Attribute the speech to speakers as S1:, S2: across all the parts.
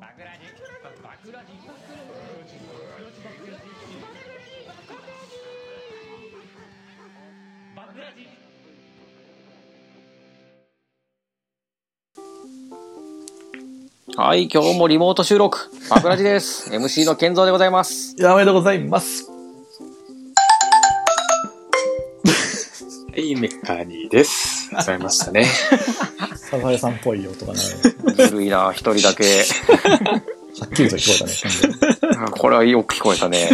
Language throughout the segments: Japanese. S1: バクラジバクラジバクラジ
S2: はい、今日もリモート収録、バクラジです。MC の健三でございます。
S3: やめでございます。
S4: はい、メカニーです。ございましたね。
S3: サザエさんっぽい音がね、
S2: ずるいな、一人だ け。
S3: はっきりと聞こえたね。
S2: これはよく聞こえたね。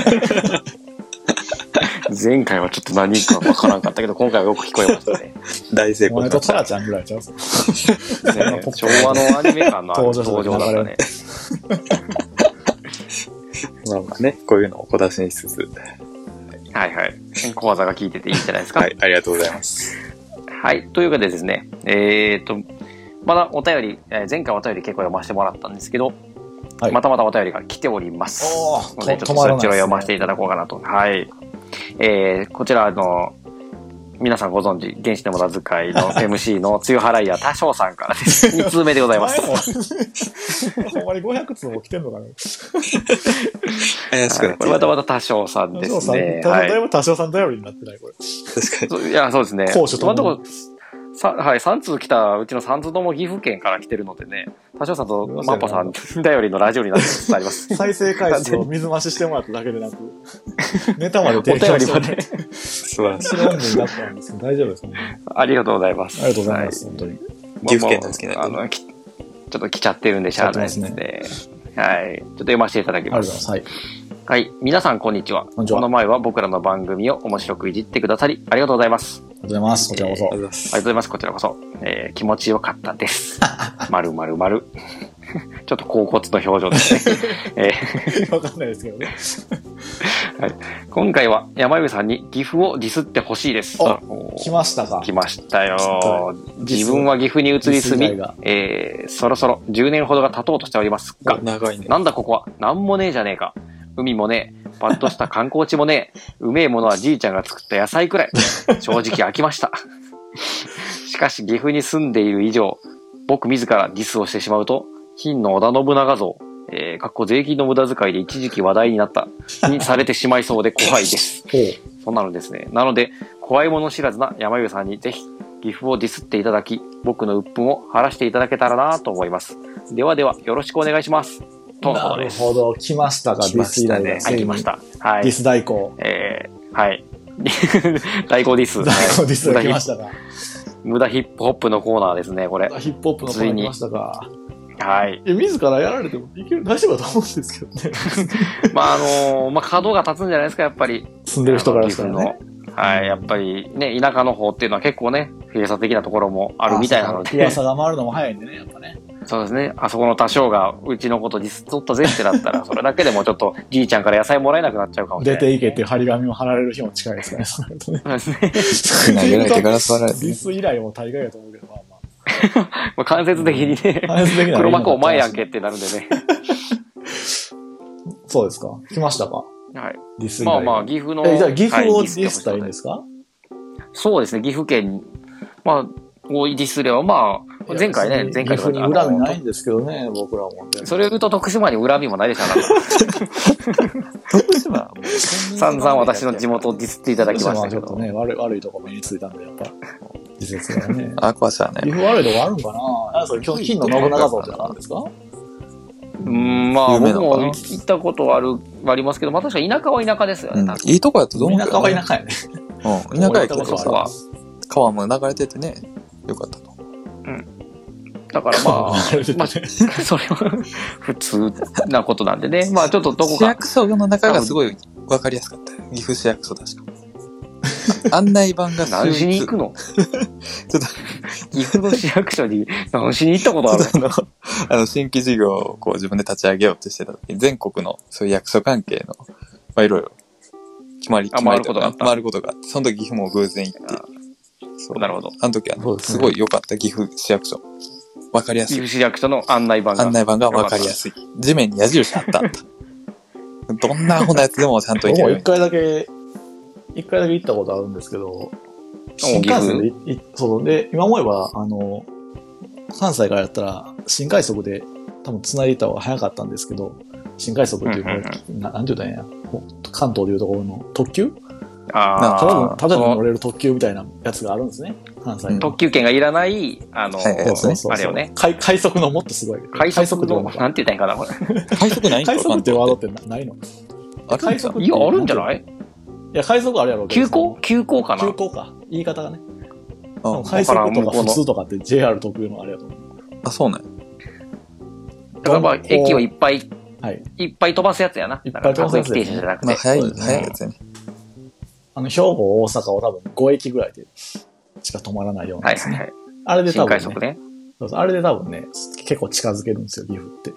S2: 前回はちょっと何かわからんかったけど、今回はよく聞こえましたね。
S4: 大成
S3: お前
S4: 功
S3: とト
S4: だ。
S3: ラちゃんぐらいちゃう
S2: ね昭和のアニメ感のある
S3: 登場
S2: 登場だったね。
S4: まあまあね、こういうのを小出しにしつつ。
S2: はいはい。小技が効いてていいんじゃないですか。
S4: は
S2: はい。
S4: い、ありがとうございます。
S2: というわけでですね、えーと、まだお便り、えー前回お便り結構読ませてもらったんですけど、
S3: はい
S2: またまたお便りが来ております。
S3: おー
S2: ので、ちょっ
S3: と
S2: と
S3: 止
S2: そ
S3: まらない
S2: っ
S3: ですね
S2: ちを読ませていただこうかなと。はい。えーこちら、あの、皆さんご存知、原始の無駄遣いの MC の露払いや多少さんからです。2通目でございます。
S3: ほんまに500通も来てんのかね。
S4: 怪しくなって
S2: これまたまた多少さんで
S3: 多少
S2: す
S3: さん、
S2: ね。
S3: だい
S2: い。
S3: ぶ多少さん頼りになってない、これ。
S4: 確か
S2: そういや、そうですね。
S3: 攻守ともに
S2: 今のとこさはい、3通来たうちの3通とも岐阜県から来てるのでね、多少さんとマンパさん 頼りのラジオになりつつあります。
S3: 再生回数を水増ししてもらっただけでなく、ネタまで提供してもらっ
S2: お便りまで
S3: て、
S4: に素晴らしい。
S3: 白本人だったんですけど、 大丈夫ですかね。
S2: ありがとうございます。
S3: ありがとうございます、本当に。
S2: はい。
S4: 岐阜県大好きな
S2: まあまああのきちょっと来ちゃってるんでしゃあないですね。はい。ちょっと読ませていただき
S3: ありがとう
S2: ま
S3: ご
S2: す
S3: ざい。ます。はい。
S2: はい。皆さん、こんにちは。
S3: こんにちは
S2: の前は僕らの番組を面白くいじってくださり、ありがとうございます。
S3: ありがとうございます。こちらこ
S4: あり
S3: そ。
S4: がとうございます
S2: ありがとうございます。こちらこそ。えー気持ちよかった です。まるまるまる。 ちょっと高骨の表情 ですね。えー
S3: わかんないですけどね。
S2: 今回は山上さんに岐阜をディスってほしいです。
S3: あ
S2: お
S3: 来ましたか
S2: 来。ましたよ
S3: は。
S2: 自分は岐阜に移り住
S3: ディス以外
S2: み
S3: が、
S2: えーそろそろ10年ほどが経とうとしておりますが
S4: お、長いね。
S2: なんだここは、なんもねえじゃねえか。海もねえ、パッとした観光地もねえ、うめえものはじいちゃんが作った野菜くらい。正直飽きました。 しかし岐阜に住んでいる以上、僕自らディスをしてしまうと、金の織田信長像、えー、かっこ税金の無駄遣いで一時期話題になった、にされてしまいそうで怖いです。
S3: ほう。
S2: そうなのですね。なので、怖いもの知らずな山上さんにぜひ、岐阜をディスっていただき、僕の鬱憤を晴らしていただけたらなと思います。ではでは、よろしくお願いします。とのこ
S3: な
S2: とで
S3: る
S2: す。
S3: ほど。来ましたか、デ
S4: 来
S3: ィ
S4: まし
S3: ス以
S4: た
S3: 来
S4: ね
S3: が。
S2: はい、来まし。た。は
S3: ディ
S2: い。
S3: ス代行。
S2: えー、はい。 大行ディス。
S3: 代行ディス
S2: 無
S3: が
S2: 駄
S3: 来
S2: ヒ
S3: ま
S2: ッ
S3: したか。
S2: プ無駄ヒップホップのコーナーですね、これ。
S3: ヒップホップのコーナー来ましたか。
S2: はい。
S3: いや、自らやられてもいける、大丈夫だと思うんですけ どね。
S2: まあ、あのーまあ、角が立つんじゃないですか、やっぱり。
S3: 住んでる人からしたら
S2: あ
S3: ね
S2: の。岐阜のはい、やっぱりね、田舎の方っていうのは結構ね、閉鎖的なところもあるみたいなの
S3: あそう
S2: で、
S3: 噂が回るのも早いんでね、やっぱね。
S2: そうですね、あそこの多少がうちのことディスっとったぜってなった ら、それだけでもちょっとじいちゃんから野菜もらえなくなっちゃうかもしれ
S3: 出
S2: ない。
S3: ていけっていう張り紙も貼られる日も近いですからね、そうなるとね。
S2: そうですね。
S4: 投げられてガラス割られて
S3: ディス以来も大概だと思 うけど、まあま
S2: まあ、間接的にね
S3: あ。、 反映できない。
S2: 黒幕お前やんけっ。てなるんでね。
S3: そうですか。来ましたか。
S2: はい。
S3: ディス以
S2: まあ
S3: 来。
S2: まあ、岐阜の。
S3: え、じゃあ岐阜を
S2: は
S3: ディスったらいいんですか
S2: そうですね、岐阜県、まあ、をディスれば、まあ、前回ね、前回
S3: 岐
S2: とか
S3: 阜
S2: で
S3: に
S2: あ
S3: 恨み
S2: の
S3: ないんですけどね、僕らも。
S2: それを言うと徳島に恨みもないでしょうか ら、
S4: 徳島 はもう
S2: 散々私の地元をディスっていただきましたけ
S3: ちょっと
S2: ど。
S3: ね、悪い、悪いとこ目についたんで、やっぱ。季節がね。
S4: アクアさん
S3: 岐
S4: ね。
S3: 阜悪いとこあるんかなあ、それ、今日金の信長像ってなんですか
S2: うん、まあ、
S4: 有名
S2: 僕
S4: なのかな
S2: も行ったことある、ありますけど、まあ確か田舎は田舎ですよね。
S4: うん、いいとこやとどう思う
S3: 田
S4: け
S3: 舎
S4: ど
S3: は
S4: ね
S3: 田舎やね。
S4: うん、田舎やけ
S2: そう
S4: ど
S2: そう
S4: さ、川も流れててね、よかったと。
S2: だから まあ、まあ、それは普通なことなんでね。まあちょっとどこ
S4: 市
S2: か、
S4: 役所の中がすごいわかりやすかったよ。岐阜市役所確か。案内板が
S2: 何しに行くの
S4: ちょっと
S2: 岐阜の市役所に何しに行ったことあ る
S4: あの、あの新規事業をこう自分で立ち上げようとしてた時に、全国のそういう役所関係の、まあいろいろ、決まり、
S2: あ
S4: 決ま
S2: 回
S4: り
S2: ることがあった
S4: 回ることがあって、その時岐阜も偶然行って、そう
S2: なるほど。
S4: あの時は
S3: そう
S4: ね、
S3: ですね
S4: すごい良かった岐阜市役所。わかりや
S2: 岐
S4: すい。
S2: 阜市役所の案内板が。
S4: 案内板がわかりやすい。地面に矢印 あったあった。どんなアホなやつでもちゃんと行け
S3: 僕も
S4: るよ
S3: 一
S4: うに。
S3: 回だけ、一回だけ行ったことあるんですけど、新幹線でい、いそうで、今思えば、あの、関西からやったら、新快速で多分繋いでた方が早かったんですけど、新快速っていう、こ
S4: うん
S3: れ、ななんて言ったらいいんや、ほ関東でいうところの特急
S2: あ
S3: ただ
S4: あ
S3: の
S4: ー
S3: ただで乗れる特急みたいなやつがあるんですね、関西
S4: う
S2: あ、
S3: の
S4: ん。
S2: 特急券がいらない、あの、
S4: はいはい
S2: あれよね。
S3: 快快速のもっとすごい。
S2: 快速の、
S3: 快速っていうのか
S2: なんて言ったらいいかな、こ
S4: 快速ないんか
S3: 快速ってワードってなないの
S4: あるん
S3: 快
S4: じゃん
S3: 速
S2: れ。いや、あるんじゃない
S3: いや、快速あるやろうけど
S2: 急行急行かな
S3: 急行か。言い方がね。
S4: あ
S3: 快
S2: わから
S3: 速
S2: ん
S3: と
S2: 向
S3: か
S2: こう
S3: 普
S2: の
S3: 通とかって JR 特有のあれやと思う。
S4: あ、そうなんや
S2: だからまあ、
S3: 鈍行
S2: 駅をいっぱい、
S3: はい。
S2: いっぱい飛ばすやつやな。
S3: いっ
S2: だ
S3: ぱ
S2: から
S3: い飛ばす
S2: 各
S3: やつ
S2: 駅停車じゃなく
S4: まあ、
S2: て。
S4: 早い、
S3: そうですね
S4: 早いやつやね。
S3: あの、兵庫、大阪を多分5駅ぐらいでしか止まらないような
S2: は
S3: や
S2: い
S3: つ
S2: は
S3: ね。
S2: いはい。
S3: あれで多
S2: 新
S3: 分、
S2: 快
S3: ね
S2: 速ね。
S3: そうそうあれで多分ね、結構近づけるんですよ、岐阜って。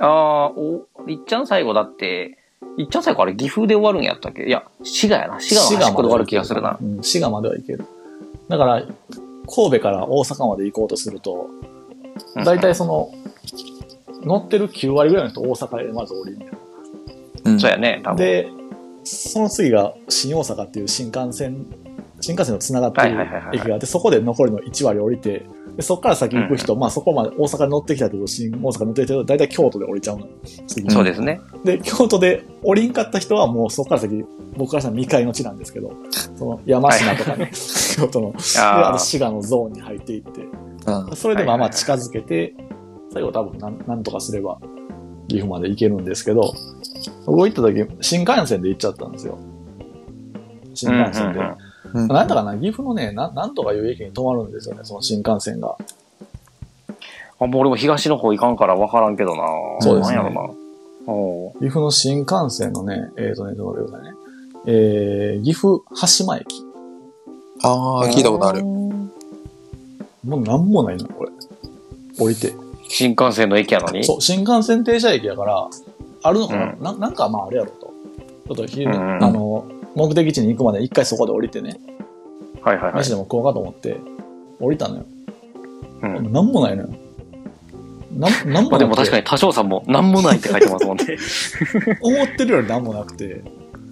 S2: ああ、お、いっちゃん最後だって、いっちゃん最後あれ岐阜で終わるんやったっけいや、滋賀やな。滋賀の端っこで終わる気がするな。
S3: うん、滋賀まではいける。だから、神戸から大阪まで行こうとすると、大体その、乗ってる9割ぐらいの人大阪でまず降りるんや
S4: うん。
S2: そうやね、多分。
S3: で、その次が新大阪っていう新幹線、新幹線のつながってる
S2: はいはいはいはい
S3: 駅があって、そこで残りの1割降りて、でそこから先行く人、まあそこまで大阪に乗ってきたけど、新大阪に乗ってきたけど、大体京都で降りちゃうの。次
S2: そうですね。
S3: で、京都で降りんかった人はもうそこから先、僕からしたら未開の地なんですけど、その山科とかね、 京都の、であ
S2: あ
S3: と滋賀のゾーンに入っていって、
S4: あ
S3: それでまあま
S2: はいはいは
S3: あ
S2: い
S3: 近づけて、最後多分なんなんとかすれば岐阜まで行けるんですけど、僕行った時、新幹線で行っちゃったんですよ。新幹線で。
S2: うんうんうん
S4: うん
S3: なんだかな、岐阜のねな、なんとかいう駅に止まるんですよね、その新幹線が。
S2: あ、もう俺も東の方行かんから分からんけどな。
S3: そうですね
S2: なんやろな。おう
S3: 岐阜の新幹線のね、えっ、とね、ちょっと待ってくださいね。えー、岐阜羽島駅。
S4: あー、聞いたことある。
S3: もうなんもないな、これ。降りて。
S2: 新幹線の駅やのに。
S3: そう、新幹線停車駅やから、あるのかな、
S2: う
S3: ななんかまああれやろと。ちょっと昼、
S2: うんうん
S3: あの、目的地に行くまで一回そこで降りてね、
S2: はいはいはい
S3: 飯。でも食おうかと思って、降りたのよ。
S2: うん
S3: なんもないのよ。なん、なん
S2: ま
S3: も
S2: あでも
S3: な
S2: 確
S3: く
S2: か
S3: て、
S2: に多少さんも何もないって書いてますもん ね。
S3: 思ってるよりなんもなくて。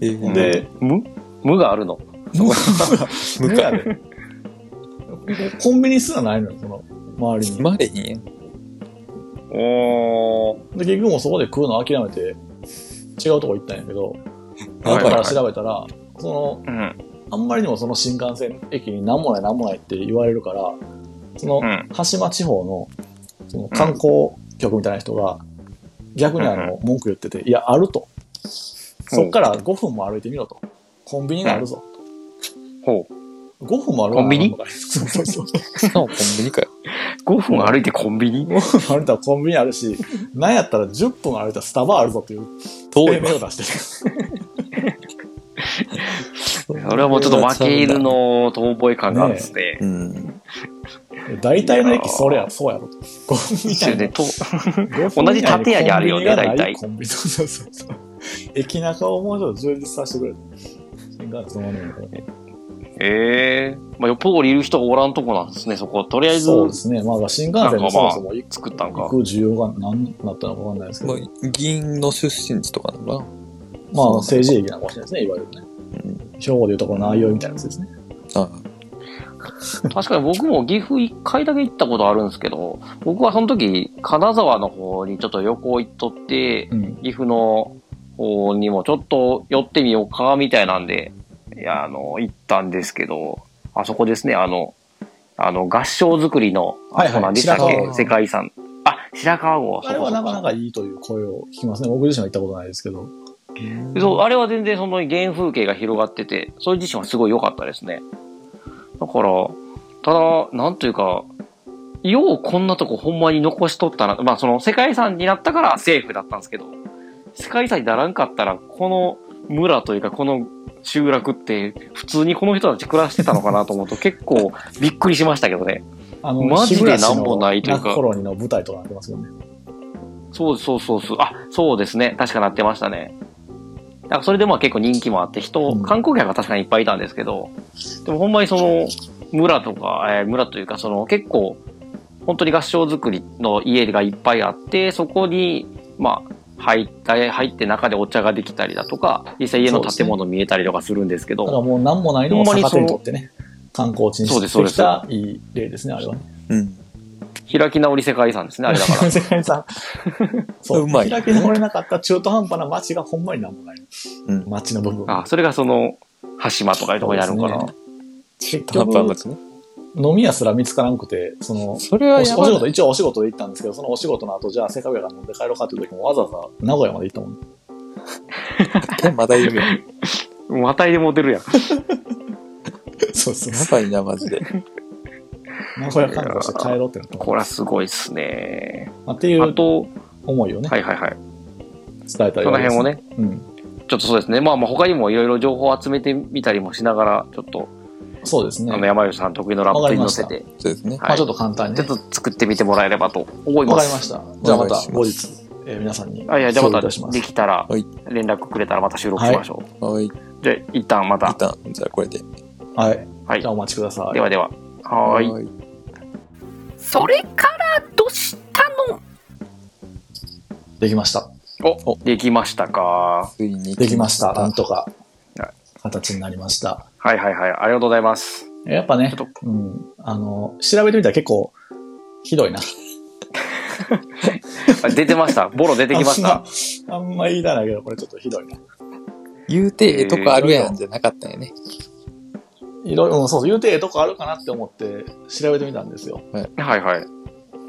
S4: えー
S2: うん
S3: で、
S2: 無無があるの。
S3: もう、
S4: 無
S3: 無
S4: か。
S3: やで。コンビニすらないのよ、その、周りに。
S4: まれへんやん。
S2: おー。
S3: で、結局もうそこで食うの諦めて、違うとこ行ったんやけど、
S2: はい
S3: 後
S2: はい
S3: か
S2: は
S3: ら
S2: い
S3: 調べたら、その、
S2: うん。
S3: あんまりにもその新幹線駅に何もない何もないって言われるから、その
S2: う、ん。
S3: 羽島地方の、その観光局みたいな人が、逆にあの、文句言ってて、いや、あると。そっから5分も歩いてみろと。コンビニがあるぞ。
S2: ほう。
S3: 5分も歩かな
S2: コンビニ
S3: あかんのかいそうそうそう。
S4: しかもコンビニかよ。
S2: 5分歩いてコンビニ
S3: 5分歩いたらコンビニあるし、なんやったら10分歩いたらスタバあるぞっていう、
S4: 遠
S3: 声
S4: い
S3: 明
S4: わ。
S3: を出してる。
S2: それはもうちょっと負け犬の遠吠え感があるんですね。
S4: うん。
S3: 大体の駅、それや、そうやろ。コンビニ
S2: そう
S3: や
S2: よ
S3: ね
S2: ね。と 同じ建屋にあるよね大体
S3: コンビニがないコンビニそうそうそう。 駅中をもうちょっと充実させてくれる。新幹線そのままね
S2: ええまあ、よっぽど降りる人がおらんとこなんですね、そこ。とりあえず
S3: そうですね。まあ、新幹線でそもそも行
S2: 作ったんか。
S3: く需要が何なったのかわかんないですけ
S4: ま
S3: ど、
S4: あ、議員の出身地とかなのか
S3: まあ、政治駅なのかもしれないですね、いわゆるね。兵庫でいうところの内容みたいなやつですね。
S4: な。あ
S2: 確かに僕も岐阜一回だけ行ったことあるんですけど、僕はその時、金沢の方にちょっと旅行行っとって、
S3: うん。
S2: 岐阜の方にもちょっと寄ってみようか、みたいなんで、いや、あの、行ったんですけど、あそこですね、あの、あの、合掌造りの、
S3: はいはい
S2: あ何でしたっ
S3: 白
S2: け
S3: 川郷
S2: 世界遺産。あ、白川郷、
S3: あれは
S2: そ
S3: な
S2: こそこ
S3: かなかいいという声を聞きますね。僕自身は行ったことないですけど。
S2: そう、あれは全然その原風景が広がってて、それ自身はすごい良かったですね。だから、ただ、なんというか、ようこんなとこほんまに残しとったな。まあその世界遺産になったからセーフだったんですけど、世界遺産にならんかったら、この村というかこの集落って普通にこの人たち暮らしてたのかなと思うと結構びっくりしましたけどね。
S3: あの、
S2: マジで
S3: 日暮らしの
S2: なんもないというか
S3: 泣く頃にの舞台とかなってますよね。
S2: そうそうそうそう。あ、そうですね。確かなってましたね。だからそれでまあ結構人気もあって、人、
S3: うん
S2: 観光客が確かにいっぱいいたんですけど、でもほんまにその、村とか、えー村というか、その結構、本当に合掌造りの家がいっぱいあって、そこに、まあ、入った、入って中でお茶ができたりだとか、実際家の建物見えたりとかするんですけ
S3: だから
S2: ど、
S3: もう何もないのを逆手にとってね、観光地に
S2: そうですそうで
S3: してき
S2: す
S3: たいい例ですね、あれはね。
S4: うん。
S2: 開き直り世界遺産ですね、あれだから。
S3: 世界 遺産。そう、
S4: うまい
S3: 開き直れなかった中途半端な街がほんまになんもない。
S4: うん。
S3: 街の部分。
S2: あ、それがその、羽島とかいうとこにあるんかな。
S3: そう結
S4: 半端な
S3: 局、
S4: く ね。
S3: 飲み屋すら見つからなくて、その、
S4: それ
S3: お
S4: は
S3: お仕
S4: やばい
S3: 事、一応お仕事で行ったんですけど、そのお仕事の後、じゃあ、せっかくやから飲んで帰ろうかっていう時も、わざわざ名古屋まで行ったも ん。
S4: えまだいるよ。や
S2: またいでモデルやん。
S3: そうそう。
S4: ばいな、マジで。
S3: 名古屋観光して帰ろうってなったもん
S2: これはすごいっすね。
S3: まあってい
S2: あ
S3: う
S2: と、
S3: 思いをね、
S2: はいはいはい。
S3: 伝えたい
S2: その辺をね、
S3: うん。
S2: ちょっとそうですね。まあまあ他にもいろいろ情報を集めてみたりもしながら、ちょっと、
S3: そうですね。
S2: あの山吉さん得意のラップに乗せて、
S4: そうですね。
S2: はい
S3: まあ、ちょっと簡単に
S2: ちょ
S3: ね
S2: っ。と作ってみてもらえればと思い
S3: わ
S2: ま。
S3: かりますした。じゃあまた
S4: お願いします
S3: 後日、えー皆さんに。
S2: あ、いや、じゃあま
S3: 共有
S2: た
S3: いします
S2: できたら
S4: はい、
S2: 連絡くれたらまた収録しましょう。
S4: はい。一
S2: じゃあ一旦また。
S4: 旦、じゃあこれで。
S3: はい。
S2: はい
S3: じゃあお待ちください
S2: で。はでは。はーい。
S4: い。
S1: それからどうしたの
S3: できました。
S2: お、できましたか。
S4: ついに。
S3: できました。なんとか
S2: は、
S3: 形になりました。
S2: はいはいはい。ありがとうございます。
S3: やっぱ
S2: ち
S3: ね
S2: ょっ、
S3: うん。あの、調べてみたら結構、ひどいな。
S2: あ出てま した。ボロ出てきまし
S3: あ
S2: た
S3: ん。ま。あんま言いたないけど、これちょっとひどいな。
S4: 言うてええとこあるやんじゃなかったんやね。
S3: いろいろ、うんそうそう、言うてええとこあるかなって思って、調べてみたんですよ。
S2: はいはい。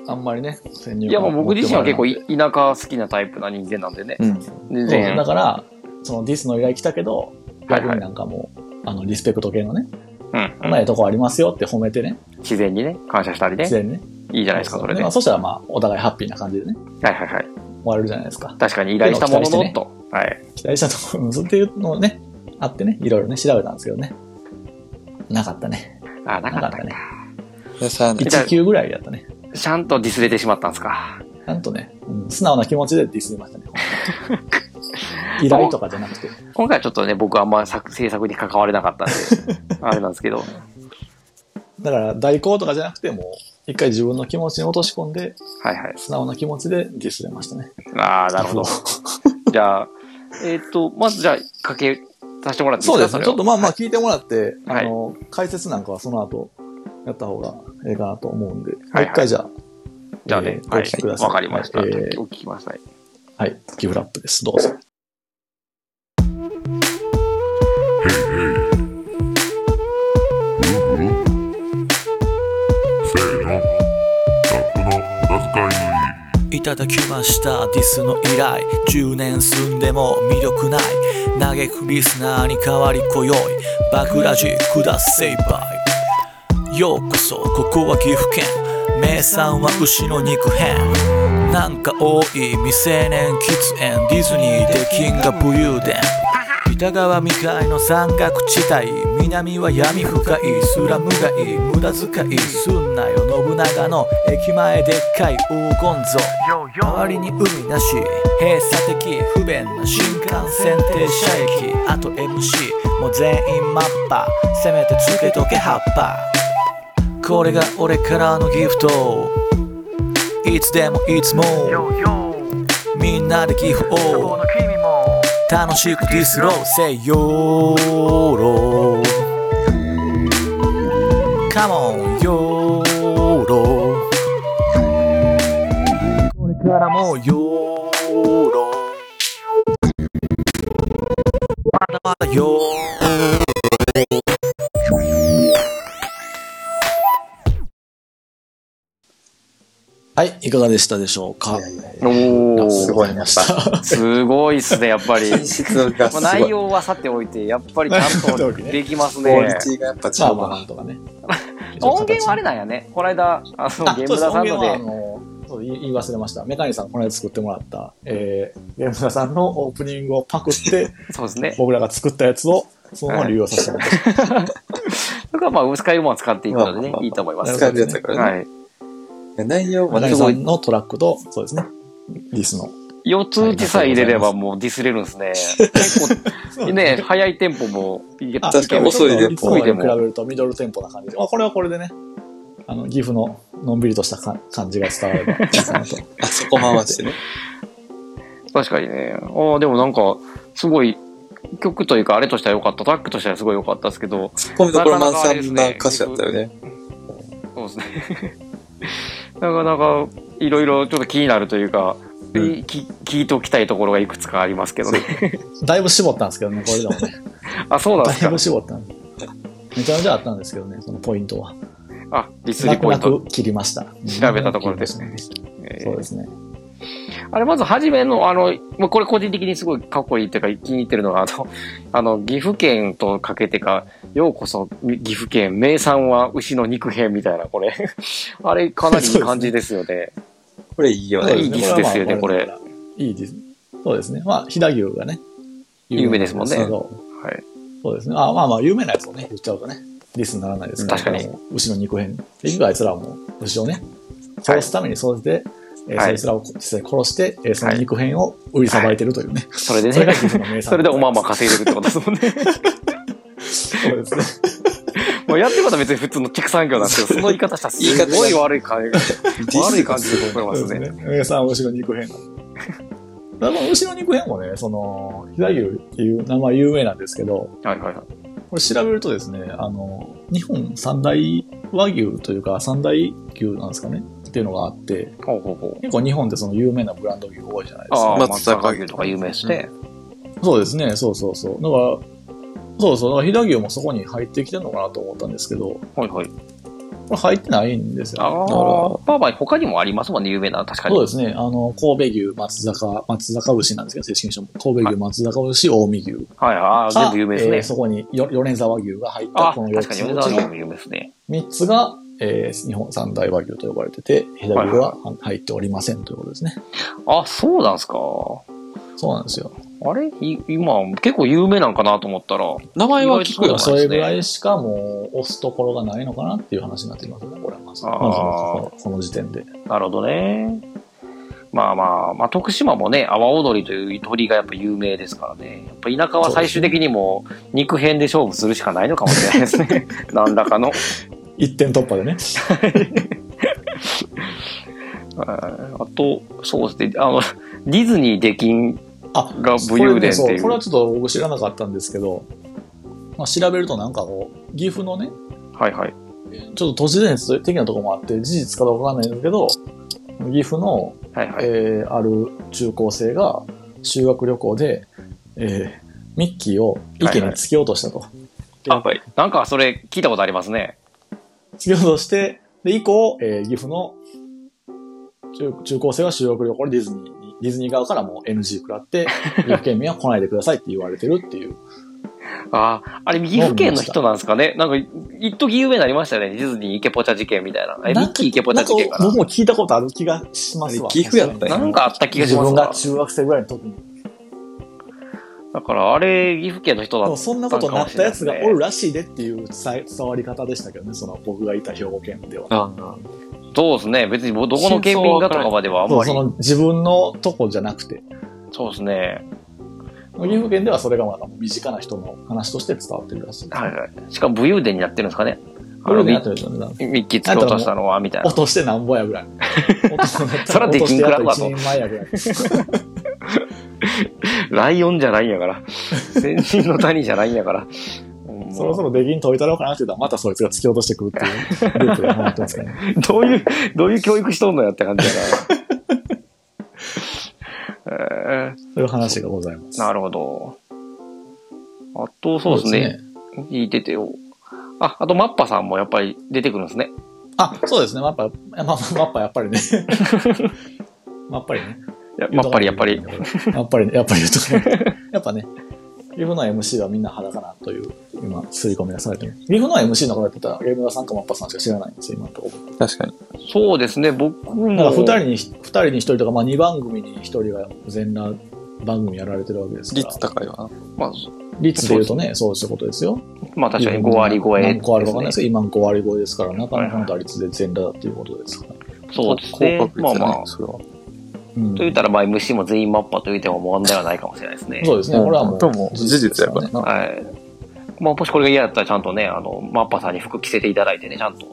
S3: あんまりね、先入
S2: いやもう僕自身は結構
S3: い
S2: い田舎好きなタイプな人間なんでね。
S4: うん。
S2: 全
S3: そう
S2: 然
S3: だ。から、そのディスの依頼来たけど、
S2: はい
S3: 逆
S2: はい
S3: になんかもう、あの、リスペクト系のね、
S2: うん
S3: こんなええとこありますよって褒めてね、
S2: 自然にね、感謝したりね
S3: 自。然にね。
S2: いいじゃないですか、それで。
S3: ま
S2: は
S3: あ、そしたらまあ、お互いハッピーな感じでね、
S2: いはいはい。
S3: 終われるじゃないですか。
S2: 確かに依頼したものの、と。はい。
S3: 期待したところ、そうっていうのをね、あってね、いろいろね、調べたんですけどね。なかったね。
S2: あ、な
S3: な
S2: か
S3: か
S2: っ
S3: ったた
S2: ね
S3: ね。。
S4: じゃあしゃあない。
S2: じゃあ
S3: 1級ぐらいやったね。
S2: ちゃんとディスれてしまったんですか。
S3: ちゃんとね、うん素直な気持ちでディスり ましたね。依頼とかじゃなくて。
S2: 今回はちょっとね、僕はあんま作制作に関われなかったん で、あれなんですけど。は
S3: だから、代行とかじゃなくて、もう、一回自分の気持ちに落とし込んで、
S2: いはい。
S3: 素直な気持ちでディスれましたね。
S2: ああ、なるほど。じゃあ、えっ、と、まずじゃあ、かけさせてもらっていい
S3: そう
S2: で
S3: ですす
S2: か
S3: ね。ちょっとまあまあ聞いてもらって、
S2: はい
S3: あの、解説なんかはその後、やった方がええかなと思うんで、
S2: はい
S3: もう一回じゃあ、
S2: じゃあね
S3: え、ー
S2: は
S3: お聞きくだ
S2: い。
S3: さい。
S2: わかりました。
S3: え
S2: お
S3: ー
S2: 聞きください。
S3: はい、トキフラップです。どうぞ。
S5: せーのラップの無駄遣いのいい
S6: いただきましたディスの依頼10年住んでも魅力ない嘆くリスナーに代わり今宵バクラジくだせいばいようこそここは岐阜県名産は牛の肉片なんか多い未成年喫煙ディズニーで金が武勇伝北側未開の山岳地帯南は闇深いスラム街無駄遣いすんなよ信長の駅前でっかい黄金像周りに海なし閉鎖的不便な新幹線停車駅あと MC もう全員マッパせめてつけとけ葉っぱこれが俺からのギフトいつでもいつもみんなで寄付を楽しくディスローせよーろ Come on よーろこれからもよーろまだまだよーろ
S3: はい、いかがでしたでしょうか。
S2: お
S4: す
S2: ー、
S4: ごいな、やっぱ。
S2: すごいっすね、やっ ぱり。
S4: 質のが
S2: まあ、
S4: すご
S2: 内
S4: い。
S2: 容はさておいて、やっぱりちゃんとできます
S4: クオ
S2: ね
S4: リ。ティがやっぱ違う
S3: まあまあ、な
S4: わ
S3: ん。とかね。
S2: 音源はあれなんやね。この間、あの、
S3: あ、
S2: ゲー
S3: そう
S2: ム
S3: です
S2: ダさ
S3: 音
S2: んの
S3: 源はあ
S2: で、
S3: の、そう言い言い忘れました。メカニさん、この間作ってもらった、え ー、ゲームダさんのオープニングをパクって、
S2: そうですね。
S3: 僕らが作ったやつを、そのまま流用させてもらいまし
S2: それからまあ、使えるものは使っていくのでね
S4: まあまあま、あ
S2: いいと思います。
S4: 使えるやつだからね。
S2: はい。
S4: 内容
S3: た。メカ
S4: もね
S3: ニさんのトラックと、そうですね、リスの。
S2: 四つ打ちさえ入れればもうディスれるんですね。結 構、ね、早いテンポもいけ
S3: あ
S4: 確かに遅い
S3: ちょっと
S4: テン
S3: いつ
S4: ポ
S3: も
S2: 遅
S3: に
S2: いで
S3: 比べ
S2: も。
S3: るとミドルテンポな感じで、まあ、これはこれでね、あの、岐阜ののんびりとしたか感じが伝わればいいかなと。
S4: あそこ回してね。
S2: 確かにね。ああ、でもなんか、すごい、曲というか、あれとしては良かった。トラックとしてはすごい良かったですけど、
S4: ツッコミどころ満載な歌詞だったよね。
S2: そうですね。 なかなかいろいろちょっと気になるというか、
S3: うん
S2: いき聞いておきたいところがいくつかありますけどね。
S3: だいぶ絞ったんですけどね、これでもね。
S2: あ、そうなんで
S3: だ
S2: す
S3: い
S2: か
S3: ぶ。絞ったんで。めちゃめちゃあったんですけどね、そのポイントは。
S2: あ、ディスリ
S3: 泣く
S2: ポイン
S3: 泣
S2: ト。
S3: く切りました。
S2: 調べたところです
S3: ね。
S2: え
S3: そう
S2: ー
S3: ですね。
S2: あれ、まず初めの、あの、まあこれ個人的にすごいかっこいいっていうか気に入ってるのが、あの、 あの、岐阜県とかけてか、ようこそ岐阜県、名産は牛の肉片みたいな、これ。 あれ、かなりいい感じですよね。
S4: これいいよ
S3: そう
S4: ね。
S2: いいディスですよねこれ
S3: はまあ。いいディス。そうですね。まあ、飛騨牛がね。
S2: 有名ですもんね
S3: 有名なやつ
S2: はい
S3: けどそうですね。あまあまあ、有名なやつをね、言っちゃうとね、ディスにならないです
S2: 確かに。
S3: 牛の肉片。結局あいつらも牛をね、殺すために育てて、えー
S2: はい
S3: そいつらを実際に殺して、えーその肉片を売りさばいてるというね。
S2: それで
S3: それが
S2: ね
S3: 岐、阜の名産。
S2: それでおまんま稼いでるってことですもんね。
S3: そうですね。
S2: もうやってることは別に普通の畜産業なんですけど、その言い方したらすごい悪い感じ。悪い感じで聞こえま
S3: そ
S2: す
S3: うで
S2: ね。
S3: すね。上さん、後ろ 肉片。だから後ろ肉片もね、その、飛騨牛っていう名前有名なんですけど、
S2: はいはいはい。
S3: これ調べるとですね、あの、日本三大和牛というか、三大牛なんですかねっていうのがあって、
S2: ほうほうほう。
S3: 結構日本ってその有名なブランド牛多いじゃないです
S2: あ
S3: か。
S2: あ、
S4: 松
S2: 松阪
S4: 阪
S2: 牛
S4: 牛
S2: とか有名ですね。
S3: そうですね、そうそうそう。だから、そうそう、だから飛騨牛もそこに入ってきてるのかなと思ったんですけど、こ
S2: はいはい。
S3: れ入ってないんですよ、
S2: あ
S3: ね。だから
S2: あ、まあまあ他にもありますもんね、有名な、確かに。
S3: そうですね。あの、神戸牛、松坂、松坂牛なんですけど、正式にしても。神戸牛、松坂牛、近江牛。
S2: はいはいあー、
S3: か
S2: 全部有名です
S3: え
S2: ね
S3: ー。そこによ米沢牛が入った
S2: あ、
S3: この4
S2: 確か
S3: つ
S2: に
S3: の
S2: 米
S3: うち
S2: 沢牛
S3: の
S2: も有名ですね。
S3: 3つが、えー日本三大和牛と呼ばれてて、飛騨牛は入っておりませんということですね。
S2: あ、そうなんすか。
S3: そうなんですよ。
S2: あれい今、結構有名なんかなと思ったら。
S4: 名前は聞
S2: そう
S4: くよ
S2: なん
S4: な
S2: ですね
S3: それぐらいしかもう押すところがないのかなっていう話になってきますね、これはまず。
S2: あー
S3: まずこのこの時点で。
S2: なるほどね。まあまあ、まあ、徳島もね、阿波踊りという鳥がやっぱ有名ですからね。やっぱ田舎は最終的にもう肉片で勝負するしかないのかもしれないです ね。何らかの。
S3: 一点突破 でね。
S2: あと、そうですね、あの、ディズニーできん
S3: あ
S2: が武勇伝って
S3: これ,、
S2: い。
S3: ね、そううこれはちょっと僕知らなかったんですけど、まあ、調べるとなんかこう、岐阜のね、
S2: はいはい。
S3: ちょっと都市伝説的なところもあって、事実かどうかわかんないんですけど、岐阜の、
S2: はいはい。
S3: えーある中高生が修学旅行で、えーミッキーを池に突き落としたと。
S4: やばい。
S2: なんかそれ聞いたことありますね。
S3: 突き落として、で、以降、えー岐阜の中中高生は修学旅行でディズニーに、ディズニー側からもう NG 食らって、岐阜県民は来ないでくださいって言われてるっていう。
S2: ああ、あれ、岐阜県の人なんですかね。なんか、一時有名になりましたよね。ディズニー池ポチャ事件みたいな。え、ミ
S3: なん
S2: ッ
S3: か
S2: キー池ポチャ事件か
S3: な
S2: な
S3: んか。僕も聞いたことある気がしますわ。
S4: あれ岐阜やったんや
S2: なんかあった気がし
S3: 自
S2: ます
S3: 分
S2: が
S3: が。中学生ぐらいの時に。
S2: だから、あれ、岐阜県の人だ
S3: で
S2: っ
S3: も
S2: た
S3: そんなことになったやつがおるらしいでっていう伝え伝わり方でしたけどね、その僕がいた兵庫県では。
S4: ああ。
S2: そうですね。別にどこの県民がとかまではあん
S3: そ
S2: ま
S3: う
S2: り
S3: そ。の自分のとこじゃなくて、
S2: そうですね。
S3: 岐阜県ではそれがまだ身近な人の話として伝わってるらしい。
S2: はいはい。しかも武勇伝になってるんですかね。あ
S3: これ
S2: の
S3: で
S2: ミ
S3: やってるんですよね。
S2: ミッキー突き落としたのは、みたいな
S3: 落。としてなんぼや ぐらい。
S2: そらできんくらんわと
S3: 落してあと一人前やぐらい。
S2: ライオンじゃないんや から。先人の谷じゃないんやから。ほんま
S3: そろそろ出禁解いたろうかなって言ったら、またそいつが突き落としてくるっていうループが回ってますからね。
S2: どういう、どういう教育しとんのやって感じや な。え
S3: そういう話がございます。
S2: ー、なるほど。あと、そうですね。聞いててよ。あ、あと、マッパさんもやっぱり出てくるんですね。
S3: あ、そうですね。マッパ、まマッパやっぱり ね。マッパりね。
S2: いやマッパリ、やっぱり。
S3: やっぱりね、やっぱり言う とかねやっぱね、岐阜の MC はみんな裸なんという、今、刷り込みがされてます。岐阜の MC の方って言ったら、ゲームラさんかマッパさんしか知らないんですよ、今のところ。
S4: 確かに。
S2: そうですね、僕
S3: だ
S2: も。
S3: から2人に、二人に1人とか、まあ2番組に1人が全裸番組やられてるわけですから。
S4: 率高いわな。
S2: まあ、
S3: 率で言うとね、そうしたことですよ。
S2: まあ、確かに5割超え
S3: 何
S2: です、ね。
S3: 個あるかわかんないですけど、今5割超えですから、なかなかの打率で全裸だっていうことですから。
S2: そうですね。まあまあ。
S4: それは。
S3: うん
S2: と言ったら、まあ、MC も全員マッパと言っても問題はないかもしれないですね。
S3: そうですね、
S4: うん
S3: これはもう
S4: でも
S3: ですから
S4: 事
S3: ね。
S2: はい。まあ、もしこれが嫌だったら、ちゃんとね、あの、マッパさんに服着せていただいてね、ちゃ んと、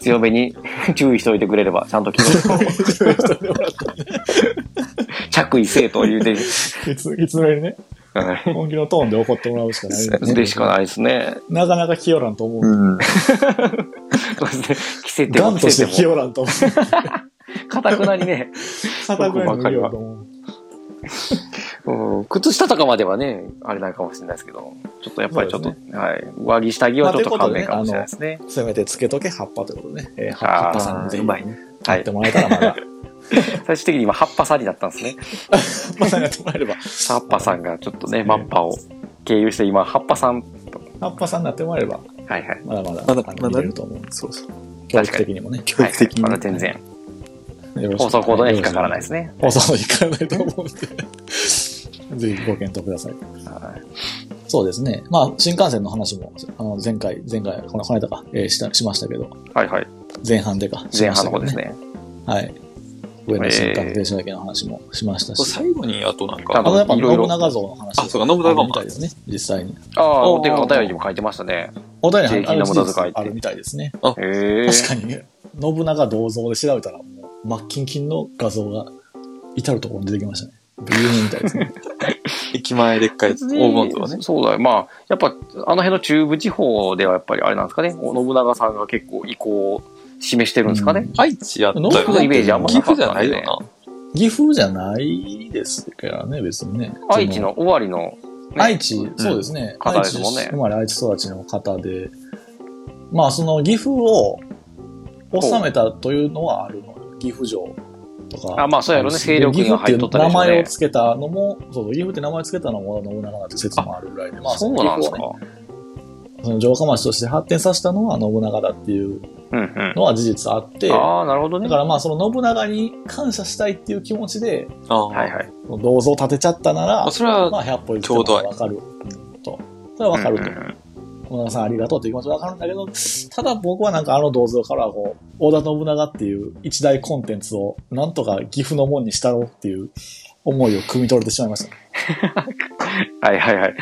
S2: 強めに注意しておいてくれれば、ちゃんと着ろと 着衣せえと言うて、
S3: いつ、いつの間にね、
S2: はい
S3: 本気のトー ンで怒ってもらうしかないですね。
S2: でしかないですね。
S3: なかなか器用なんと思う。
S4: うん。
S2: そうですね。着せて
S3: ガ
S2: も
S3: ン
S2: 着
S3: として
S2: せ
S3: 器
S2: ても、
S3: 用なんと思う。
S2: かたくなに ね、
S3: 肩ぐらいの器用だと思う。
S2: うん靴下とかまではね、あれなんかもしれないですけど、ちょっとやっぱりちょっと、
S3: そう
S2: はい、上着下着はちょっと
S3: まあ
S2: 勘
S3: とい
S2: 弁
S3: うこ
S2: か
S3: とでね
S2: もしれないですね。
S3: せめてつけとけ、葉っぱということでね。え
S2: あ
S3: ー、
S2: ー
S3: 葉っぱさんにぜひ、
S2: うまい
S3: ね。
S2: は
S3: やっ
S2: い
S3: て。もらえたら まだ、葉
S2: 最終的に今、葉っぱさんになったんですね。
S3: っぱさんやってもらえれば。
S2: 葉っぱさんがちょっとね、マッパを経由して今、葉っぱさん。
S3: 葉っぱさんになってもらえれば、
S2: はいはい。
S3: まだまだ、
S4: まだ
S3: あの
S4: まだね
S3: 見れると思うんです。
S4: そうそう。
S3: 教育的にもね。
S4: 教育的に。
S2: はい、まだ全然、
S3: よろしく
S2: 放送コードには引っかからないですね。
S3: 放送に引っかからないと思うんで。 ぜひご検討ください。
S2: は
S3: そうですね。まあ、新幹線の話も、あの前回、前回、このこの間か、えーした、しましたけど、
S2: いはいはい。
S3: 前半でか。
S2: 前半の方です
S3: ね。
S2: ね。
S3: はい。上野新幹線停車駅の話もしましたし。
S4: 最後に、あとなん
S2: あ
S3: あ
S4: か、
S3: とやっぱ
S2: いろいろ
S3: 信長像の話。
S4: あそうか信長像
S3: あるみたいですね。実際に。
S2: ああ、
S4: おー
S2: お手紙お便りにも書いてましたね。
S3: お便り
S2: 税金の無駄遣いって
S3: あるみたいですね。
S2: へえ。
S3: 確かにね、信長銅像で調べたら、もう、マッキンキンの画像が至るところに出てきましたね。 有名みたいですね。
S4: 駅前でっかい黄金像ね。
S2: そうだよ。まあ、やっぱ、あの辺の中部地方ではやっぱりあれなんですかね。お信長さんが結構意向を示してるんですかね。
S4: 愛知やったよ
S3: 信長
S2: 僕のイメージあんま
S4: 岐
S2: なか
S4: 阜
S2: っ
S4: じゃ
S2: たん
S4: ない
S2: で、
S4: よ
S2: ね。
S4: な。
S3: 岐阜じゃないですからね、別にね。
S2: 愛知の尾張の、
S3: その。愛知、そうですね。
S2: 方
S3: 愛
S2: で
S3: 知
S2: すもんね
S3: 生まれ愛知育ちの方で、まあ、その岐阜を治めたというのはあるのよ岐阜城とか。
S2: あまあそうやろね
S3: るし
S2: 勢力には入っとったでしょうね
S3: 岐阜って名前をつけたのも、そう、岐阜って名前をつけたのも信長だという説もあるぐらいで、まあ、
S2: そう
S3: の
S2: なん
S3: 岐
S2: です
S3: 阜
S2: か
S3: をね。その城下町として発展させたのは信長だっていう
S2: うんうん。
S3: のは事実あって、
S2: ああ、なるほどね。
S3: だからまあその信長に感謝したいっていう気持ちで、
S4: ああ。
S2: はいはい。
S3: その銅像を建てちゃったな
S4: ま
S3: ら
S4: あ、、それは、
S3: まあ100歩譲ってもわかるうんと。それはわかると。
S2: うんうんうん
S3: 信長さんありがとうっていう気持ちはわかるんだけど、ただ僕はなんかあの銅像からこう、織田信長っていう一大コンテンツをなんとか岐阜の門にしたろうっていう思いを汲み取れてしまいました。
S2: はいはいはい。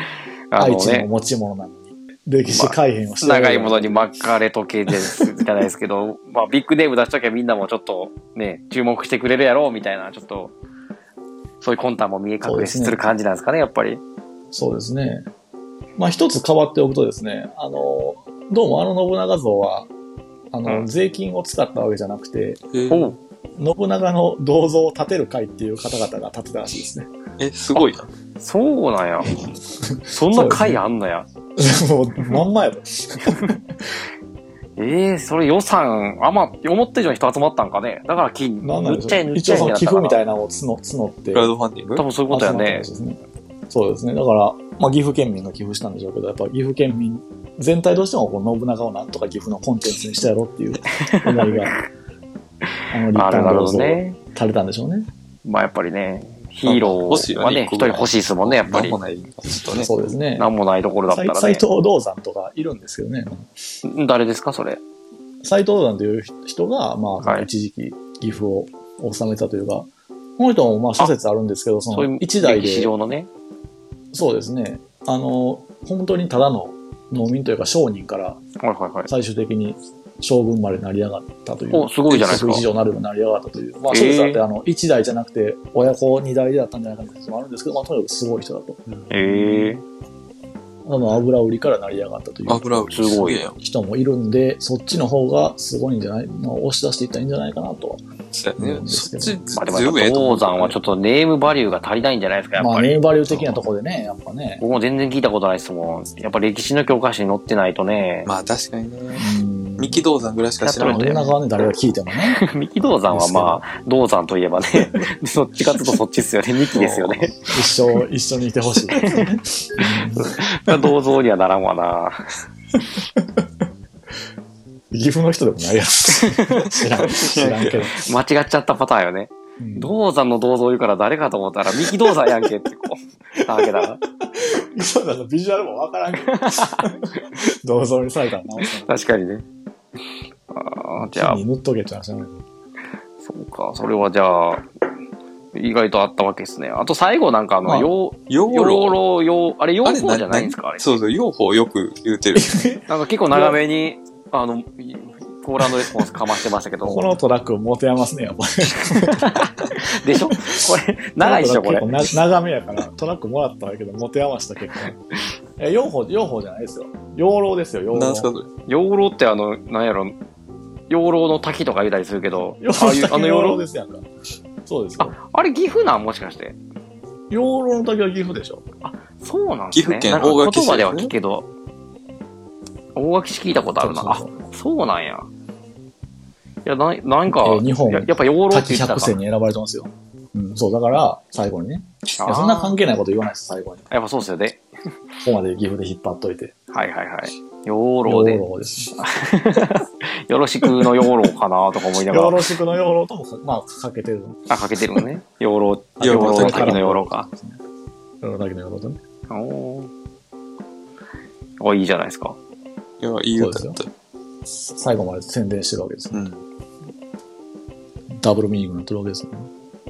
S2: あ
S3: 愛
S2: の
S3: 知の
S2: ね、
S3: 持ち物なのに。歴史改変をして、
S2: 長いものに巻かれとけです、じゃないですけど、 まあビッグネーム出しときゃみんなもちょっとね、注目してくれるやろうみたいな、ちょっと、そういう魂胆も見え隠れする感じなんですかね、やっぱり。
S3: そうですね。まあ一つ変わっておくとですね、あの、どうもあの信長像は、あの、
S2: うん
S3: 税金を使ったわけじゃなくて、
S4: え
S2: おう
S3: 信長の銅像を建てる会っていう方々が建てたらしいですね。
S4: え、すごいな。
S2: そうなんや。そんな回あんのや。
S3: もう、まんまやと。
S2: ええそれ予算、あんま、思った以上に人集まったんかね。だから金、
S3: なんな
S2: 塗
S3: んで
S2: っ
S3: し
S2: ちゃえ
S3: ょ
S2: 塗
S3: う。
S2: っち
S3: 一
S2: ゃ
S3: 応
S2: え
S3: そ
S2: に
S3: の
S2: なった
S3: 寄付
S2: か
S3: み
S2: な。
S3: たいなのを募募って。
S4: クラウドファンディング
S2: 多分そういうことやね。
S3: 集まったらしいですねそうですね。だから、まあ、岐阜県民が寄付したんでしょうけど、やっぱ岐阜県民全体としてもこう、信長をなんとか岐阜のコンテンツにしてやろうっていう 思いが、あの立
S2: あ
S3: 派
S2: るな
S3: な
S2: る
S3: 銅
S2: ほど
S3: 像を
S2: ね。
S3: 垂れたんでしょうね。
S2: まあやっぱりね、ヒーロ
S4: 欲しい
S2: ー
S4: よ
S2: はね、
S4: ね一
S2: 一
S4: 個ぐ
S2: 人
S4: らい
S2: 欲しいですもんね、やっぱ
S4: なん
S2: り
S4: も。ない。ちょっとね。
S3: そうですね。
S2: なんもないところだった
S3: 斎
S2: ら
S3: 斎
S2: ね。
S3: 藤道山とかいるんですけどね。
S2: 誰ですか、それ。
S3: 斎藤道山という人が、まあ、
S2: はい
S3: 一時期岐阜を治めたというか、この人もまあ諸説あるんですけど、そ
S2: そうい
S3: の
S2: う
S3: 一代
S2: 歴史
S3: で、
S2: 上のね。
S3: そうですね、あの、本当にただの農民というか商人から
S2: はいはいはい。
S3: 最終的に将軍まで成り上がったという。
S2: お、すごいじゃないです
S3: 職
S2: か
S3: 事。上なる成り上がったという。まあ、
S2: えー
S3: 諸説あって、あの、一代じゃなくて、親子二代だったんじゃないかという説もあるんですけど、まあ、とにかくすごい人だと。
S2: ええ
S3: あの、油売りから成り上がったという。
S4: 油売り。
S2: すごい
S4: すげえよ。
S3: 人もいるんで、そっちの方がすごいんじゃない、まあ、押し出していったらいいんじゃないかなとは。
S4: そうやね。そっち、ず
S2: まあでも
S4: ず
S2: や
S4: い
S2: っ
S4: ぶええ
S2: ぱ、
S4: と思う
S2: 銅山はちょっとネームバリューが足りないんじゃないですか、やっ
S3: ま
S2: ぱ
S3: あ、ネ
S2: り。
S3: ームバリュー的なところでね、やっぱね。
S2: 僕も全然聞いたことないですもん。やっぱ歴史の教科書に載ってないとね。
S4: まあ確かにね。
S3: うん。
S4: 三木銅山ぐらいしか知ら
S2: や
S4: な
S2: っ
S4: い
S2: と
S3: 信
S2: る。
S3: 長はね、誰が聞いてもね。
S2: 三木銅山はまあ、銅山といえばね、 そっちかというとそっちですよね、二木 ですよね。
S3: 一生、一緒にいて ほしいですね。
S2: 銅像にはならんわな。
S3: 岐阜の人でもないや つ。知らん、知らんけど。
S2: 間違っちゃったパターンよね。
S3: うん
S2: 銅山の銅像言うから誰かと思ったら、三木銅山やんけってこう、 たわけだ。
S3: そうだな、ビジュアルもわからんけど。銅像にされたら直す
S2: 確かにね。ああ、じゃ
S3: の。
S2: あ
S3: 木、に塗っとけって話なんだけど。
S2: そうか、それはじゃあ、意外とあったわけですね。あと最後なんかあの、
S3: まあ
S2: よう、
S4: 養
S2: 養
S4: 老。
S2: 老、養、あれ養
S4: あ
S2: 老
S4: れ
S2: じゃないんですかあれ。
S4: そうそう、養老よく言 うてる。
S2: なんか結構長めに、あの、コーランドレスポンスかましてましたけど。
S3: このトラック持て余すね、やっぱり。
S2: でしょこれ、長いでしょこれ。
S3: トラック結構な長めやから、トラックもらったんやけど、持て余した結果。え、4歩、4歩じゃないですよ。養老ですよ、養老。
S4: なんすかそれ。
S2: 養老ってあの、なんやろ、養老の滝とか言うたりするけど、ああ
S3: 養
S2: い
S3: 老
S2: う、あの
S3: の
S2: 養
S3: 養老
S2: 老
S3: で、すやんか。そうですよ。
S2: あ、あれ岐阜なんもしかして。
S3: 養老の滝は岐阜でしょ。
S2: そうなんですね。
S4: 岐阜県
S2: なんか
S4: 大垣市
S2: 言葉では聞くけど、大垣市聞いたことあるな。
S3: そう
S2: あ
S3: そう、そう
S2: そうなんや。いや、な、なんか、
S3: えー日本
S2: ややっぱ養老って
S3: 滝
S2: 言った
S3: 百
S2: ら
S3: 選に選ばれてますよ。うん、そう、だから、最後にね。いや、そんな関係ないこと言わないです、最後に。こ
S2: やっぱそうですよね。
S3: こまで岐阜で引っ張っといて。
S2: はいはいはい。養老で、
S3: 養老です。
S2: よろしくの養老かなとか思いな が
S3: 養
S2: ら、
S3: 老宿の養老ともか、まあ、かけてる。
S2: あ、かけてるのね。養老、養
S4: 養老
S2: 老
S4: の
S2: の
S4: 滝
S2: 滝の養老か。。
S3: 養老滝の養老とね。
S2: おーあ、いいじゃないですか。
S4: いや、いい歌だった。
S3: 最後まで宣伝してるわけですよ。
S4: うん。
S3: ダブルミーニングになってるわけですよね。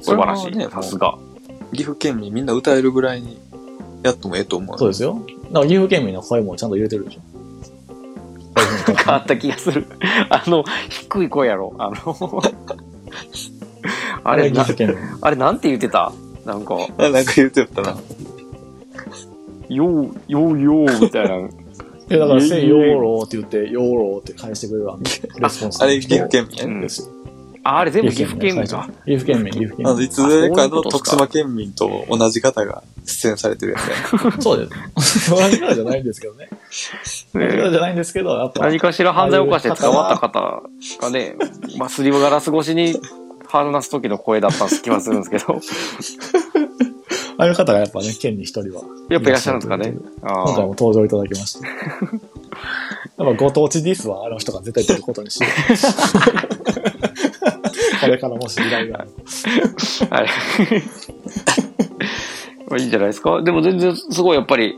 S2: 素晴らし
S4: これ
S2: い。
S4: はね
S2: さすが。
S4: 岐阜県民みんな歌えるぐらいにやっともええと思う。
S3: そう
S4: う
S3: ですよ。だから岐阜県民の声もちゃんと入れてるでし
S2: な
S3: ょ。
S2: んかあった気がする。 あの、低い声やろ。あの、 あれ、
S3: 岐
S2: な
S3: 阜県民。
S2: あれなんて言ってたなんか、
S4: あ、なんか言うてたな。
S2: よう、よう、よう、みたいな。
S3: え、だから、せ
S2: いえいえ
S3: 養老って言って、養老って返してくれるわけ。レスポンス
S4: あれ、岐阜県民や
S2: う
S4: ね。
S2: ん
S3: ですよ。
S2: ああれ全部岐阜県民
S3: 最
S2: か
S3: 初。岐阜県民、岐阜県
S4: あの、
S3: 民。
S4: いつでかの
S2: あそういうことっす
S4: 徳
S2: か
S4: 島県民と同じ方が出演されてるやつね。
S3: そうです。同じからじゃないんですけどね。同じからじゃないんですけど、やっぱ。
S2: 何かしら犯罪を犯して捕まった方が ね、まあ、すりガラス越しに話す時の声だった気はするんですけ ど、
S3: ああいう方がやっぱね、県に一人は。
S2: やっぱいらっしゃるんですかね。あ
S3: 今回
S2: ー
S3: も登場いただきました。やっぱご当地ディスはあの人が絶対出ることに しよう。これからもし依頼があれば。
S2: はい。 まあいいんじゃないですか。でも全然すごいやっぱり、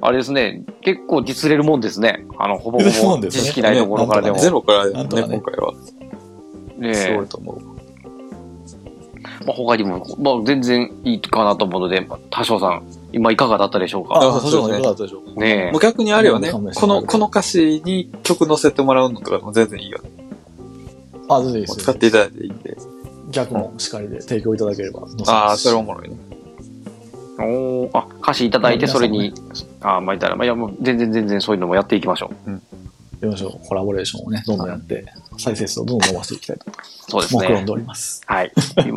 S2: あれですね、結構ディスれるもんですね。あの、ほぼ
S3: ディスるも
S2: ほ
S3: ん
S2: ぼ
S3: です
S2: 知
S3: ね
S2: 識ないところからでも。
S4: ゼロから
S3: な
S4: ね
S3: んとかね
S4: 今回は。
S2: ね
S4: す
S2: え
S4: ごいと思う。
S2: まあ、他にも、まあ、全然いいかなと思うので、まあ多少さん、今いかがだったでしょうか。
S3: あ、そうですね。いかがだったでしょうか。
S2: ね
S4: もう逆にあれよね、
S3: 勘弁して
S4: この、この歌詞に曲乗せてもらうのとかでも全然いいよね。
S3: あ、全然いい
S4: もう
S3: です
S4: 使っ
S3: よ。
S4: ていただいていいんで。
S3: 逆もしっかりで提供いただければ載せます。
S4: ああ、それおもろいね。
S2: え。おーあ、歌詞いただいて、それに、あ、まあ、いたら、まあ、いや、もう、全然全然そういうのもやっていきましょう。
S3: やりましょう。コラボレーションをね、どんどんやって、再生数をどんどん伸ばしていきたいと。
S2: そうです
S3: 目論ん
S2: ね。
S3: でおり ます。
S2: はい。今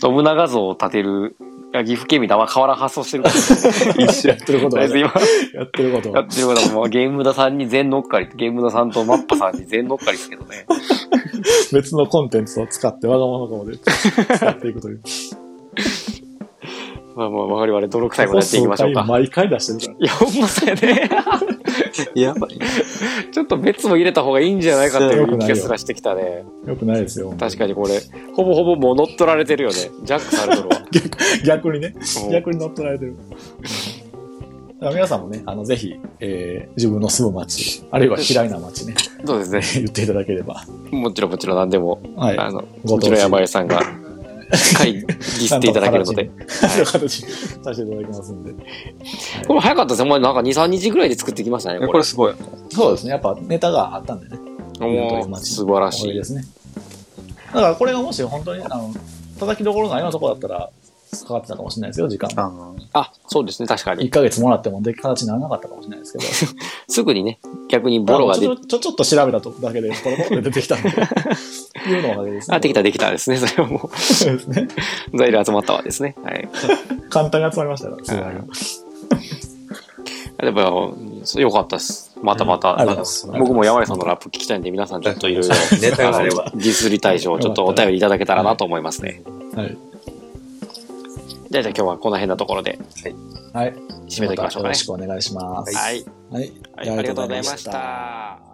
S2: 信長像を立てる、いや岐阜県民とあんま変わらん発想して るから、
S3: 一緒やってること
S2: とりあ
S3: は
S2: えず
S3: ね、
S2: 今、
S3: やってること
S2: や
S3: は
S2: っ。てることはもう、ゲームダさんに全乗っかり、ゲームダさんとマッパさんに全乗っかりですけどね。
S3: 別のコンテンツを使って、わがままかもで使っていくと いう。
S2: まあ、まあ、我々泥臭いことやっていきましょう
S3: 放送回
S2: か。
S3: 毎回出してるか
S2: い
S3: ら。
S2: や、ほんまそうやね。
S4: やばいね。
S2: ちょっと別も入れた方がいいんじゃないかっていう気がすらしてきたね。
S3: よくないですよ。
S2: 確かにこれ、ほぼほぼもう乗っ取られてるよね。ジャックされてる わ。
S3: 逆にね、逆に乗っ取られてる。だから皆さんも ね、あの、ぜひ、えー自分の住む町、あるいは嫌いな町ね、
S2: そうですね。
S3: 言っていただければ。
S2: もちろんもちろん何でも、
S3: はい。
S2: あの、
S3: ご
S2: う
S3: 当地
S2: ちの山井さん が、回、ディスっていただけるので。
S3: そういう形にさせていただきますんで。
S2: これ早かったですね。もうなんか2、3日ぐらいで作ってきましたね。
S4: こ
S2: これ
S4: れ。すごい。
S3: そうですね。やっぱネタがあったんでね。
S2: もう、素晴らし
S3: これ
S2: い
S3: で。すね。だからこれがもし本当に、あの、叩きどころのないようなとこだったら、かかってたかもしれないですよ、時間。
S2: あ、そうですね。確か
S3: 1
S2: に。
S3: ヶ月もらってもで形にならなかったかもしれないですけど。
S2: すぐにね、逆に ボロが
S3: あ
S2: 出
S3: のちょちょちょっと調べたとだけで、ポロポロで出て きたんで。いうのがですね。
S2: あ、できたできたですね。それはも
S3: そうですね。
S2: う、材料集まったわですね。はい。
S3: 簡単に集まりましたから、すごいあ
S2: や
S3: れは
S2: っぱ、よかったです。またまた。
S3: ありがとうございます
S2: 僕も山井さんのラップ聞きたいんで、皆さんちょっといろいろ、
S4: ネタがあれば
S2: あのディスり対象、ちょっとお便りいただけたらなと思いますね。
S3: はい。
S2: じゃあ、じゃあ今日はこの辺のところで
S3: はい。
S2: 締めていきましょうか
S3: よろ
S2: ね
S3: し。くお願いします。
S2: はい。
S3: はい。
S2: はいありがとうございました。